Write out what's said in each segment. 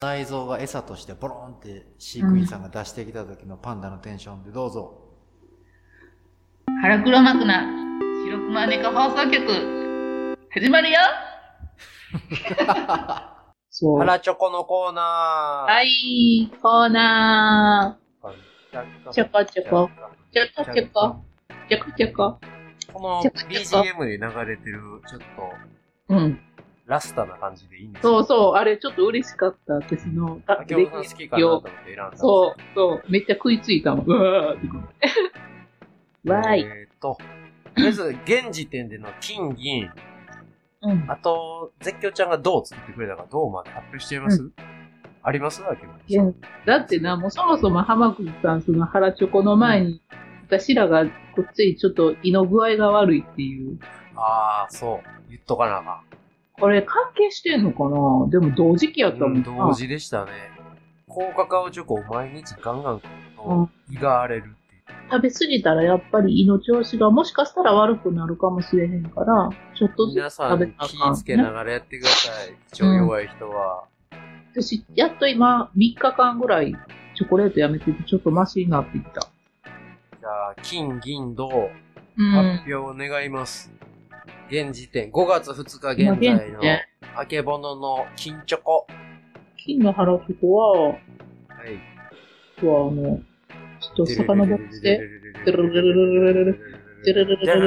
内臓が餌としてボロンって飼育員さんが出してきた時のパンダのテンションでどうぞ。腹黒幕な白熊猫放送局始まる よそう。腹チョコのコーナー。はい、コーナチチョョココチチョョココー。ちょこちょこ、ちょこちょこ。このチョコチョコ BGM で流れてる、ちょっうと、ん。ラスタな感じでいいんですそうう。そう、あれちょっと嬉しかった、私の。あ竹本さん好きかなと思って選んだんですけど。そう、そう、めっちゃ食いついたもん。うわーって。 わーい。えーっと、とりあえず、現時点での金、銀、うん。あと、絶叫ちゃんが銅を作ってくれたから、銅まで発表しちゃいます、ありますわけいや、だってな、もうそもそも浜口さん、その腹チョコの前に、私らがこっちにちょっと胃の具合が悪いっていう。ああ、そう。言っとかなあかこれ関係してんのかなでも同時期やったん。もうんん、な。同時でしたね。高カカオチョコを毎日ガンガン食ううと、胃が荒れるっていう。食べ過ぎたらやっぱり胃の調子がもしかしたら悪くなるかもしれへんから、ちょっとず皆つさ食べんたらあ気かぃんつけながらやってください。胃腸弱い人は。私、やっと今、3日間ぐらいチョコレートやめてて、ちょっとマシになってきた。じゃあ、金、銀、銅、う発ん。表お願います。現時点、5月2日今現在の現、在あけぼのの金チョコ。金の腹チョコは、はい。あとはあの、ちょっと遡って、。じゃー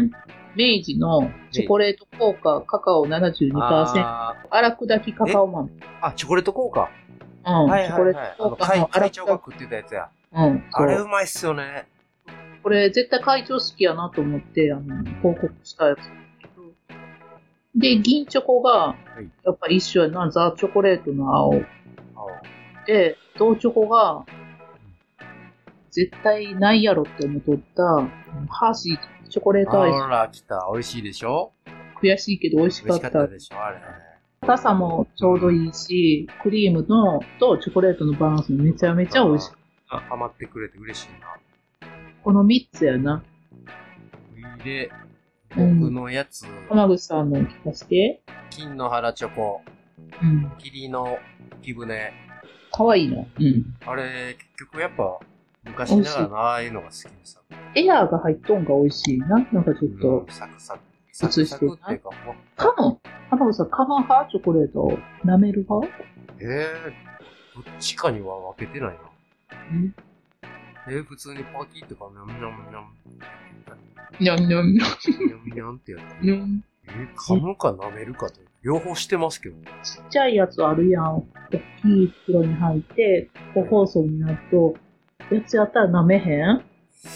ん明治のチョコレート効果カカオ72%、あ荒砕きカカオ豆。うん、チーあ、チョコレート効果。はいョはいコレーはい。あト効の、果会の荒会長が砕き。食ってたやつや。うん、そあれううまいっすよね。これ絶対会長好きやなと思って、あの、報告したやつ。で、銀チョコがい、やっぱり一緒やな、ザ・チョコレートの青。で、銅チョコが、絶対ないやろって思っとった、ハーシーチョコレートアイあら、来た。美味しいでしょス、悔しいけど美味し美かっ味しかったた。でしょあれ。硬さもちょうどいいし、クリームのとチョコレートのバランスもめちゃめちゃ美味しい。あハマってくれて嬉しいな。この3つやな。で、うん僕のやつ、浜口さんの聞かせて。金の原チョコ、うん。霧の木舟。かわいいな。うん。あれ、結局やっぱ、昔ながらのああいうのが好きでさ。エアーが入っとんが美味しいな。なんかちょっうとん、。サクサク。サクサクっていうか、もうカモン浜口さん、カモン派チョコレートを舐める派ええどっちかには分けてないな。えー普通にパキってか、にゃんにゃにゃんんにゃん、にゃんにゃにゃんにゃんってやってんにゃる。ん。えー噛むか舐めるかと。両方してますけど。ちっちゃいやつあるやん。大きい袋に入って、個包装になると、やつやったら舐めへん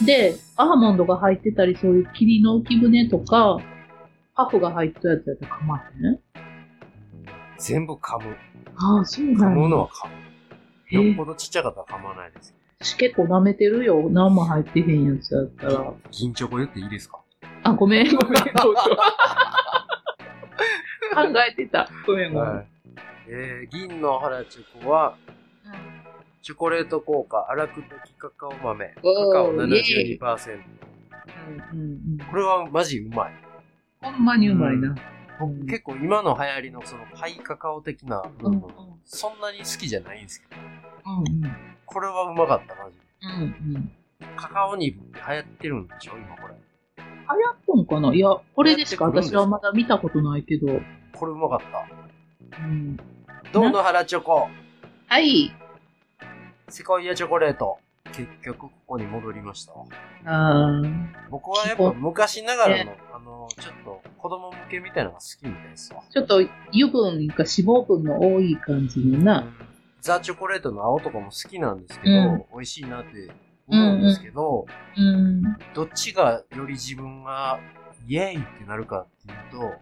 で、アーモンドが入ってたり、そういう霧の浮き舟とか、パフが入ったやつやったら噛まへん全部噛む。ああ、そう噛なんむのだ。は噛む。へえよっぽどちっちゃかったら噛まないです。私結構舐めてるよ。何も入ってへんやつやったら。銀チョコ言っていいで すかあ、ごめん、ごめん、どうぞ考えてた。ごめん、ごめん。い。えー、銀の原チョコは、チョコレート効果、荒くたきカカオ豆、カおーカオイエ72%。うん、うん、うん。これはマジうまい。ほんまにうまいな。うん結構今の流行りのそのハイカカオ的なうん、うん、そんなに好きじゃないんですけど、うん、うん。これはうまかった、マジで。うんうん。カカオニブって流行ってるんでしょ今これ。流行っとんかないや、これでしか私はまだ見たことないけど。これうまかった。うん、銅の原チョコ、はい。セコイアチョコレート。結局ここに戻りましたわ。あ僕はやっぱ昔ながらの、あの、ちょっと子供向けみたいなのが好きみたいですわ。ーちょっと油分か脂肪分の多い感じのな。ザ・チョコレートの青とかも好きなんですけど、うん美味しいなって思うんですけど、うん。どっちがより自分がイエーイってなるかっていうと、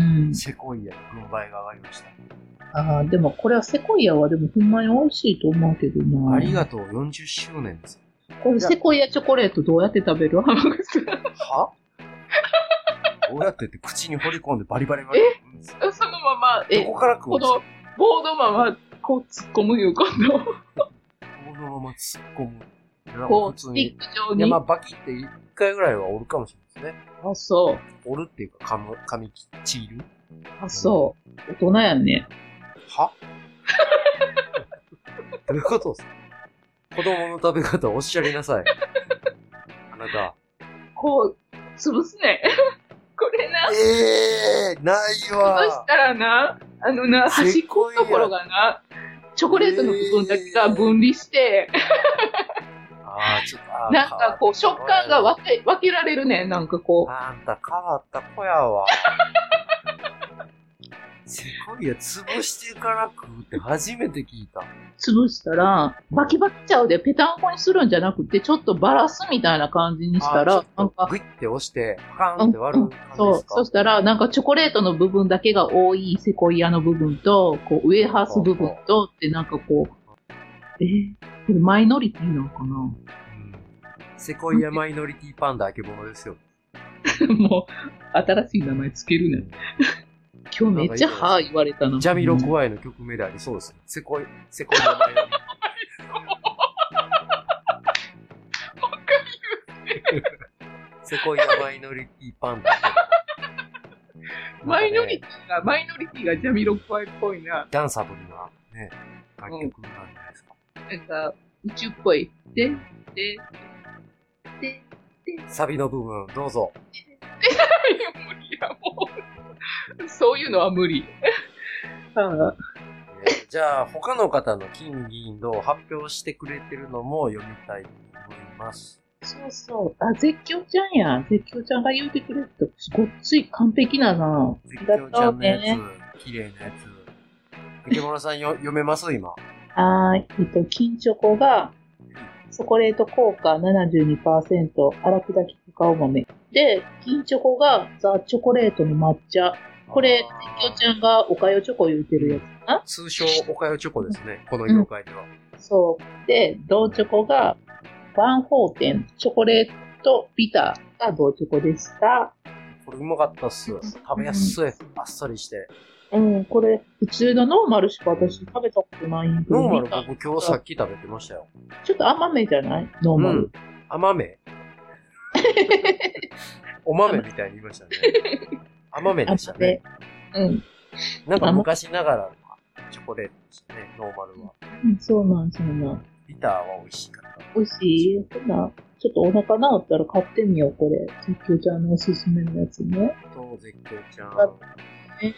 うん。セコイアの軍配が上がりました。ああ、でもこれはセコイアはでもほんまに美味しいと思うけどな。ありがとう40周年ですよ。これセコイアチョコレートどうやって食べるはこうやってって口に掘り込んでバリバリバリ。そのまま、どこから食うんですか、ボードマンはこう突っ込むよ、今度。このまま突っ込む。なんかこう、普通スティに。ック状いや、に。まあ、あ、バキって一回ぐらいは折るかもしれないですね。そう。折るっていうか噛む、噛み切ちぎるあ、そう。大人やね。はどういうことですか子供の食べ方をおっしゃりなさい。あなた。こう、潰すね。 これな、ええー、ない潰したらな、あのな、端っこのところがな、チョコレートの部分だけが分離して、ああ、ちょっと、あーなんかこう、食感が分け分けられるね。なんかこあんた変わった子やわ。 セコイア潰してから食うって初めて聞いた。う、潰したら、バキバキちゃうで、ペタンコにするんじゃなくて、ちょっとバラすみたいな感じにしたあーらち、なょんっとか、グイって押して、パカンって割る感じそですう。か、そしたら、なんかチョコレートの部分だけが多いセコイアの部分と、こう、ウエハース部分と、ってなんかこう、えーこれマイノリティなのかなうんセコイアマイノリティパンダあけぼのですよ。 もう、新しい名前つけるね。 今日めっちゃ歯言われたな。ジャミロコワイの曲名でありそうですね。セコイ、セコイアマ イノリティ。セコイアマイノリティパンダあけぼの。マイノリティティが、マイノリティがジャミロコワイっぽいな。ダンサブルな、ね、楽曲なんじゃないですか。なんか、宇宙っぽい。で、で、で、サビの部分、どうぞ。無理や、もう。そういうのは無理。 あえーじゃあ、他の方の金銀銅を発表してくれてるのも読みたいと思います。そうそう。あ、絶叫ちゃんや。絶叫ちゃんが言うてくれって、ごっつい完璧だな。絶あり叫がちゃとうんのやね。つ、綺麗なやつ。池村さんよ読めます今。はーい。えっと、金チョコが、チョコレート効果72%、荒砕きカカオ豆。で、金チョコがザ・チョコレートの抹茶。これ、絶叫ちゃんがおかよチョコ言うてるやつかな。通称、おかよチョコですね。この業界では。そう。で、銅チョコが、ワンホーテン、チョコレート、ビターが銅チョコでした。これうまかったっす。食べやすい。あっさりして。うん、これ、普通のノーマルしか私食べたことないんやけどノービタマル僕今日さっき食べてましたよ。ちょっと甘めじゃないノーマル。うん甘 めお豆みたいに言いま したね。甘めでした甘ねめ。。うん。なんか昔ながらのチョコレートでしたね、ノーマルは。うん、そうなん、そうなん。ビターは美味しかった。美味しい。ほな、ちょっとお腹治ったら買ってみよう、これ。絶叫ちゃんのおすすめのやつね。と、絶叫ちゃだっん。え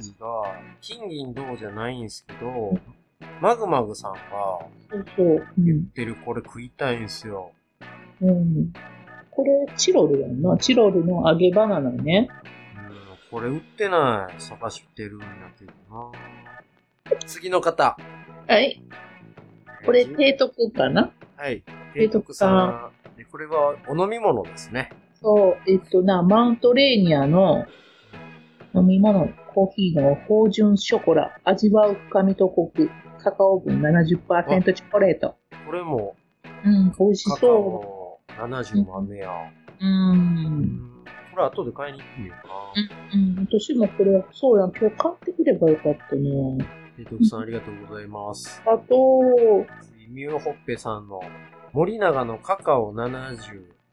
次が、金銀銅じゃないんですけど、マグマグさんがそうそう。う言っん。てるこれ食いたいんですよ。うん。これ、チロルやんな。チロルの揚げバナナね。うん、これ売ってない。探してるんだけどな。次の方。はい。これ、えー提督かなはい。提提督督ささん。で、これはお飲み物ですね。そう、えっとな、マウントレーニアの飲み物、コーヒーの芳醇ショコラ、味わう深みとコク、カカオ分70%チョコレート。これも、うん、美味しカカそオ70万目や。う。う。うんん。これ後で買いに行ってみようかな。うん、私もこれ、そうやん、今日買ってくればよかったね。提督さんありがとうございます。あと、次ミューホッペさんの森永のカカオ70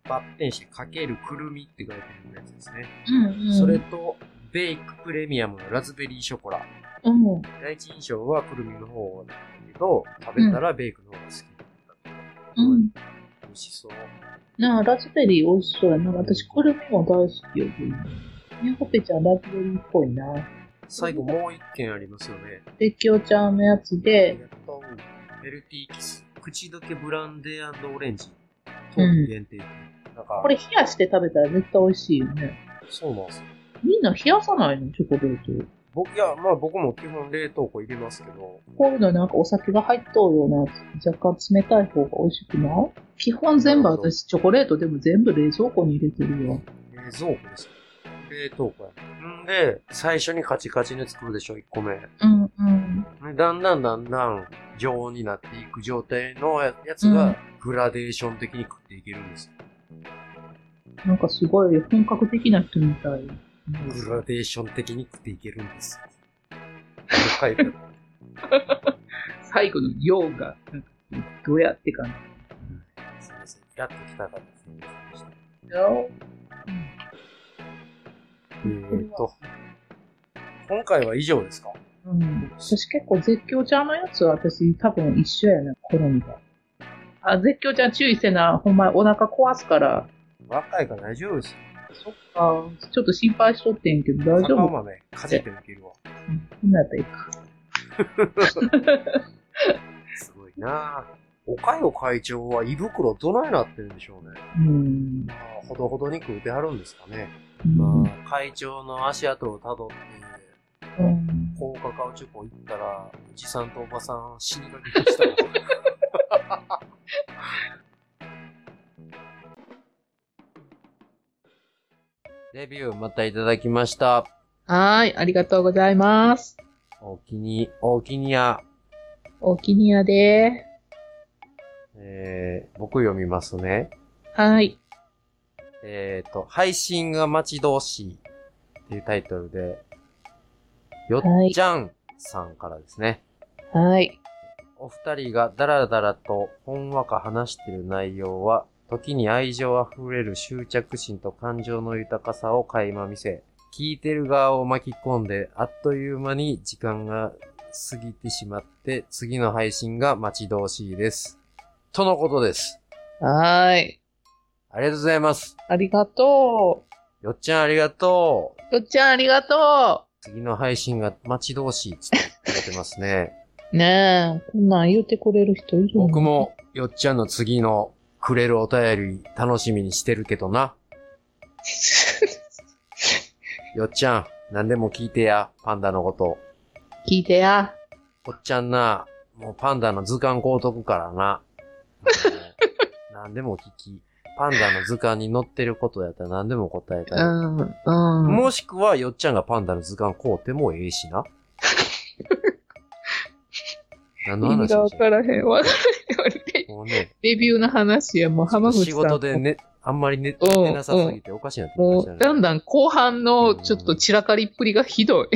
バッテンしてかけるくるみって書いてるやつですね。うん、うん。それ、と、ベイクプレミアムのラズベリーショコラ。うん。第一印象はくるみの方だけど、食べたらベイクの方が好きだった。うん。美味しそう。なあ、ラズベリー美味しそうやな。私、これも大好きよ。ニャコペちゃん、ラズベリーっぽいな。最後もう一件ありますよね。で、きおちゃんのやつで、やったう。LT キス。口どけブランデーオレンジ。当期限定。なんか、これ冷やして食べたら絶対美味しいよね。そうなんですよ。みんな冷やさないのチョコレート。僕、いや、まあ僕も基本冷凍庫入れますけど、こういうのなんかお酒が入っとうようなやつ、若干冷たい方が美味しくない基本全部なるほど私チョコレートでも全部冷蔵庫に入れてるよ。冷蔵庫ですよ。冷凍庫や。んで、最初にカチカチの作るでしょ、1個目。でうんうん。だんだんだんだん常温になっていく状態のややつが、うんグラデーション的に食っていけるんですよ。なんかすごい本格的な人みたい。グラデーション的に食っていけるんですよ。書いてある最後の用が、なんかどうやってかな。すいません。やっと来たかったすいませんでした。えーっと、今回は以上ですかうん。私結構絶叫ちゃんのやつは私多分一緒やね、好みが。あ、絶叫ちゃん注意せな、ほんまお腹壊すから。若いから大丈夫です。そっか。ちょっと心配しとってんけど大丈酒夫豆、かじって抜けるわ。うんそんなんやったらいいか。 すごいなぁ。岡代会長は胃袋どないなってるんでしょうね。うん。まあほどほどに食うてはるんですかね。うんまあ、会長の足跡をたどって、うん高カカオチョコ行ったら、おじさんとおばさん死にかけてきたわ レビューまたいただきましはた。ーい、ありがとうございます。お気に、お気にや。お気にやでえー、僕読みますね。はい。えっ、と、配信が待ち遠しいっていうタイトルで、よっちゃんさんからですね。はい。お二人がダラダラとほんわか話している内容は、時に愛情あふれる執着心と感情の豊かさを垣間見せ、聞いてる側を巻き込んで、あっという間に時間が過ぎてしまって、次の配信が待ち遠しいです。とのことです。はーい。ありがとうございます。ありがとよっちゃんありがとう。う。よっちゃんありがと次の配信が待ち遠しいっつって言ってますね。う。ねえ、こんなん言うてくれる人いるの僕。も、よっちゃんの次のくれるお便り楽しみにしてるけどな。よっちゃん、何でも聞いてや、パンダのこと。聞いて や。おっちゃんな、もうパンダの図鑑買うとくからな。もう何でも聞き。パンダの図鑑に載ってることやったら何でも答えうたい。ん、うん。もしくは、よっちゃんがパンダの図鑑買うてもええし な。何の意味話がをわしかてるらへん。わからへん。もうね、レビューの話や、もう浜口さん。仕事でね、あんまり寝うん寝てなさすぎておかしいなってきまもしたう、ねだんだん後半のちょっと散らかりっぷりがひ どい。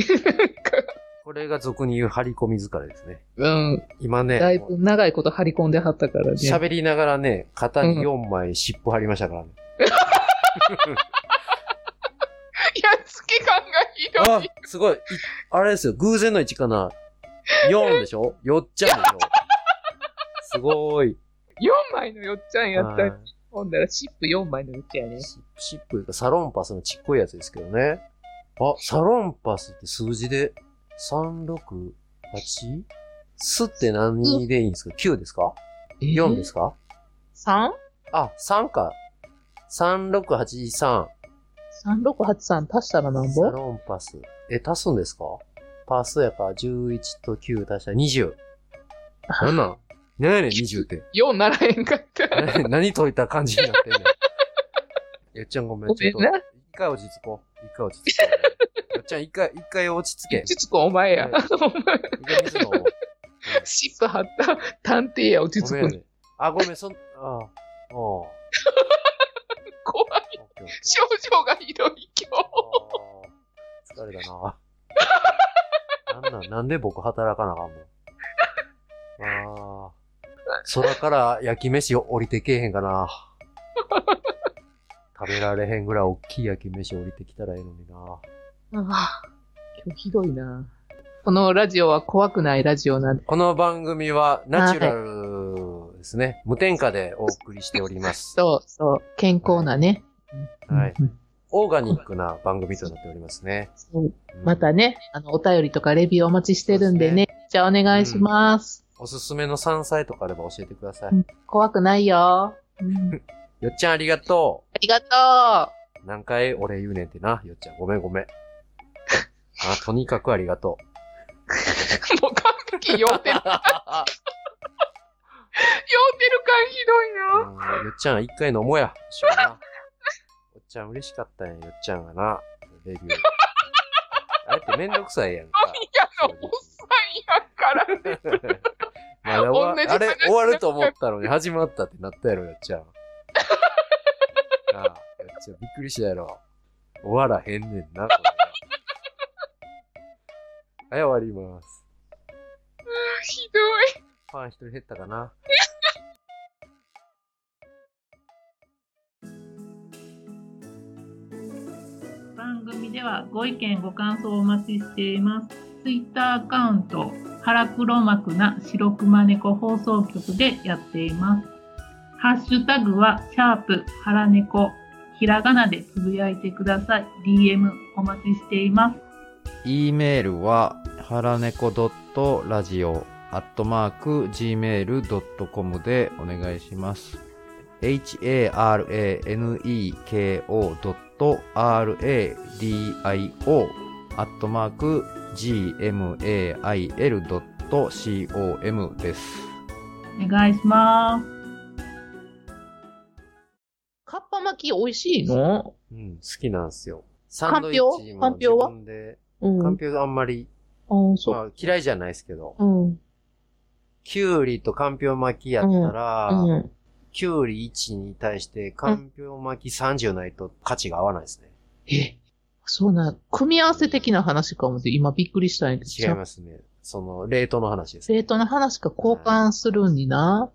これが俗に言う張り込み疲れですね。うん。今ね、だいぶ長いこと張り込んではったからね。喋りながらね、肩に4枚尻尾張りましたからね。やっつけ感がひどい。あ、すごい。いあれですよ、偶然の位置かな。4でしょ ?4 っちゃ んでしょすごい。 4枚のよっちゃんやったはりいほんだら、シップ4枚のよっちゃんやね。シシップいうかサロンパスのちっこいやつですけどね。あ、サロンパスって数字で 368? すって何でいいんですか ?9 ですか ?4 ですか、かあ、3か。3683。 ?3?3683 足したらなんぼサロンパス。え、足すんですかパスやから11と9足したら20。なんなん何やねん20って。 ?4 ならへんかった。何 何解いた感じになってんね ん。よっちゃんごめん、ごちょめっんな。と。一回落ち着こう。一回落ち着こう。よっちゃん一回、一回落ち着け。ちつこお前や。おは前、一回水 飲もう。シップ貼った探偵や、落ちご着めんく。ね。あ、ごめん、そん、あ、あ、あ。怖い。症状がひどい、今日。あー疲れたな。なんなん、なんで僕働かなあかんのああ。空から焼き飯を降りてけえへんかな。食べられへんぐらい大きい焼き飯降りてきたらええのにな。ああ今日ひどいな。このラジオは怖くないラジオなんで。この番組はナチュラルですね。無添加でお送りしております。そうそう。健康なね。はいうん。うんオーガニックな番組となっておりますね。そううんまたね、あの、お便りとかレビューお待ちしてるんでね。じゃあお願いします。おすすめの山菜とかあれば教えてください。うん怖くないよ。うんよっちゃんありがとう。ありがと何回お礼言うねんってな、よっちゃん。ごめん ごめん。あ、とにかくありがとう。う。もう完璧酔ってる。酔ってる感ひうどんよっちゃん、一回飲もうや。一緒にな。よっちゃん嬉しかったんや、よっちゃんがな。レビュー。あれってめんどくさい やんか。いや、おっさんやから。まだ終同じわ、あ話れ終わると思ったのに始まったってなったやろ、よっちゃん。なあ、よっちゃんびっくりしたやろ。終わらへんねん な、これは。はい、終わります。ひどい。ファン一人減ったかな。番組ではご意見ご感想をお待ちしていますツイッターアカウント、腹黒幕な白熊猫放送局でやっています。ハッシュタグは、シャープ、腹猫、ひらがなでつぶやいてください。DM お待ちしています。 E メールは、はらねこ .radio.gmail.com でお願いします。haraneko.radio アットマーク gmail.com です。お願いします。かっぱ巻き美味しいのうん、好きなんですよ。サンドイッチもかんぴょう自は分で、うん。かあんぴょうあんまり、ーそう。まあ嫌いじゃないですけど、うん。きゅうりとかんぴょう巻きやったら、うん。きゅうり1に対してかんぴょう巻き30ないと価値が合わないですね。え、そうなん、組み合わせ的な話かもって、今びっくりしたんやけど。違いますね。その、冷凍の話です。生徒の話か交換するんにな。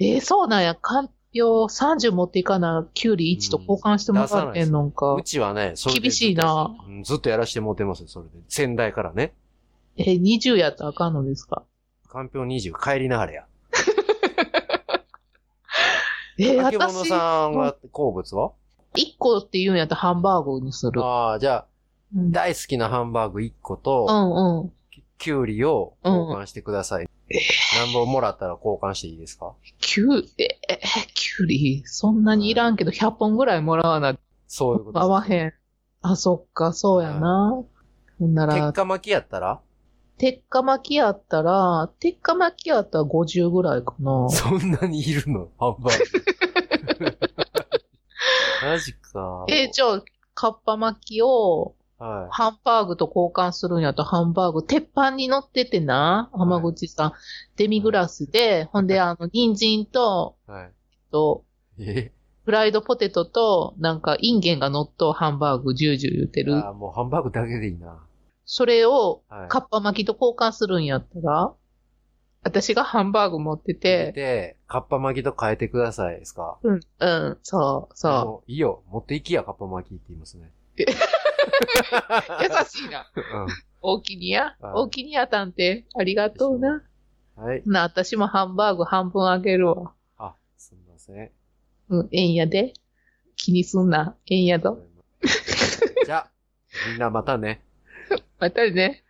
えーそうなんや。かんぴょう30持っていかな、キュウリ1と交換してもらってんのんか。うちはね、それで厳しいな。うんずっとやらしてもうてますよ、それで。先代からね。えー、20やったらあかんのですかかんぴょう20帰りなはれや。えーあけぼの私、1さんは好物は個って言うんやったらハンバーグにする。ああ、じゃあ、うん、うん、大好きなハンバーグ1個と、うん。きゅうりを交換してください。何本もらったら交換していいですかキュウ、えー、キュウリ、そんなにいらんけど、100本ぐらいもらわな、そういうことです。合わへん。あ、そっか、そうやな。ほんなら鉄、火巻きやったら鉄火巻きやったら、鉄火巻きやったら50ぐらいかな。そんなにいるのハンバー グ。マジか。えーじゃあ、かっぱ巻きを、はハンバーグと交換するんやと、ハンバーグ、鉄板に乗っててな、浜口さん、デミグラスで、ほんで、あの、人参と、い。はい。と、えフライドポテトと、なんか、インゲンが乗っとうハンバーグ、ジュージュー言ってる。あーもうハンバーグだけでいいな。それを、はい。カッパ巻きと交換するんやったら、私がハンバーグ持ってて、で、カッパ巻きと変えてくださいですかうん、うん、そう、そもういいよ。持っていきや、カッパ巻きって言いますね。えう。優しいな。大きにや、はい大きにや探偵。ありがとうな。うん。はい。な、私もハンバーグ半分あげるわ。あ、すみません。うん、えんやで。気にすんな。えんやぞ。じゃあ、みんなまたね。またね。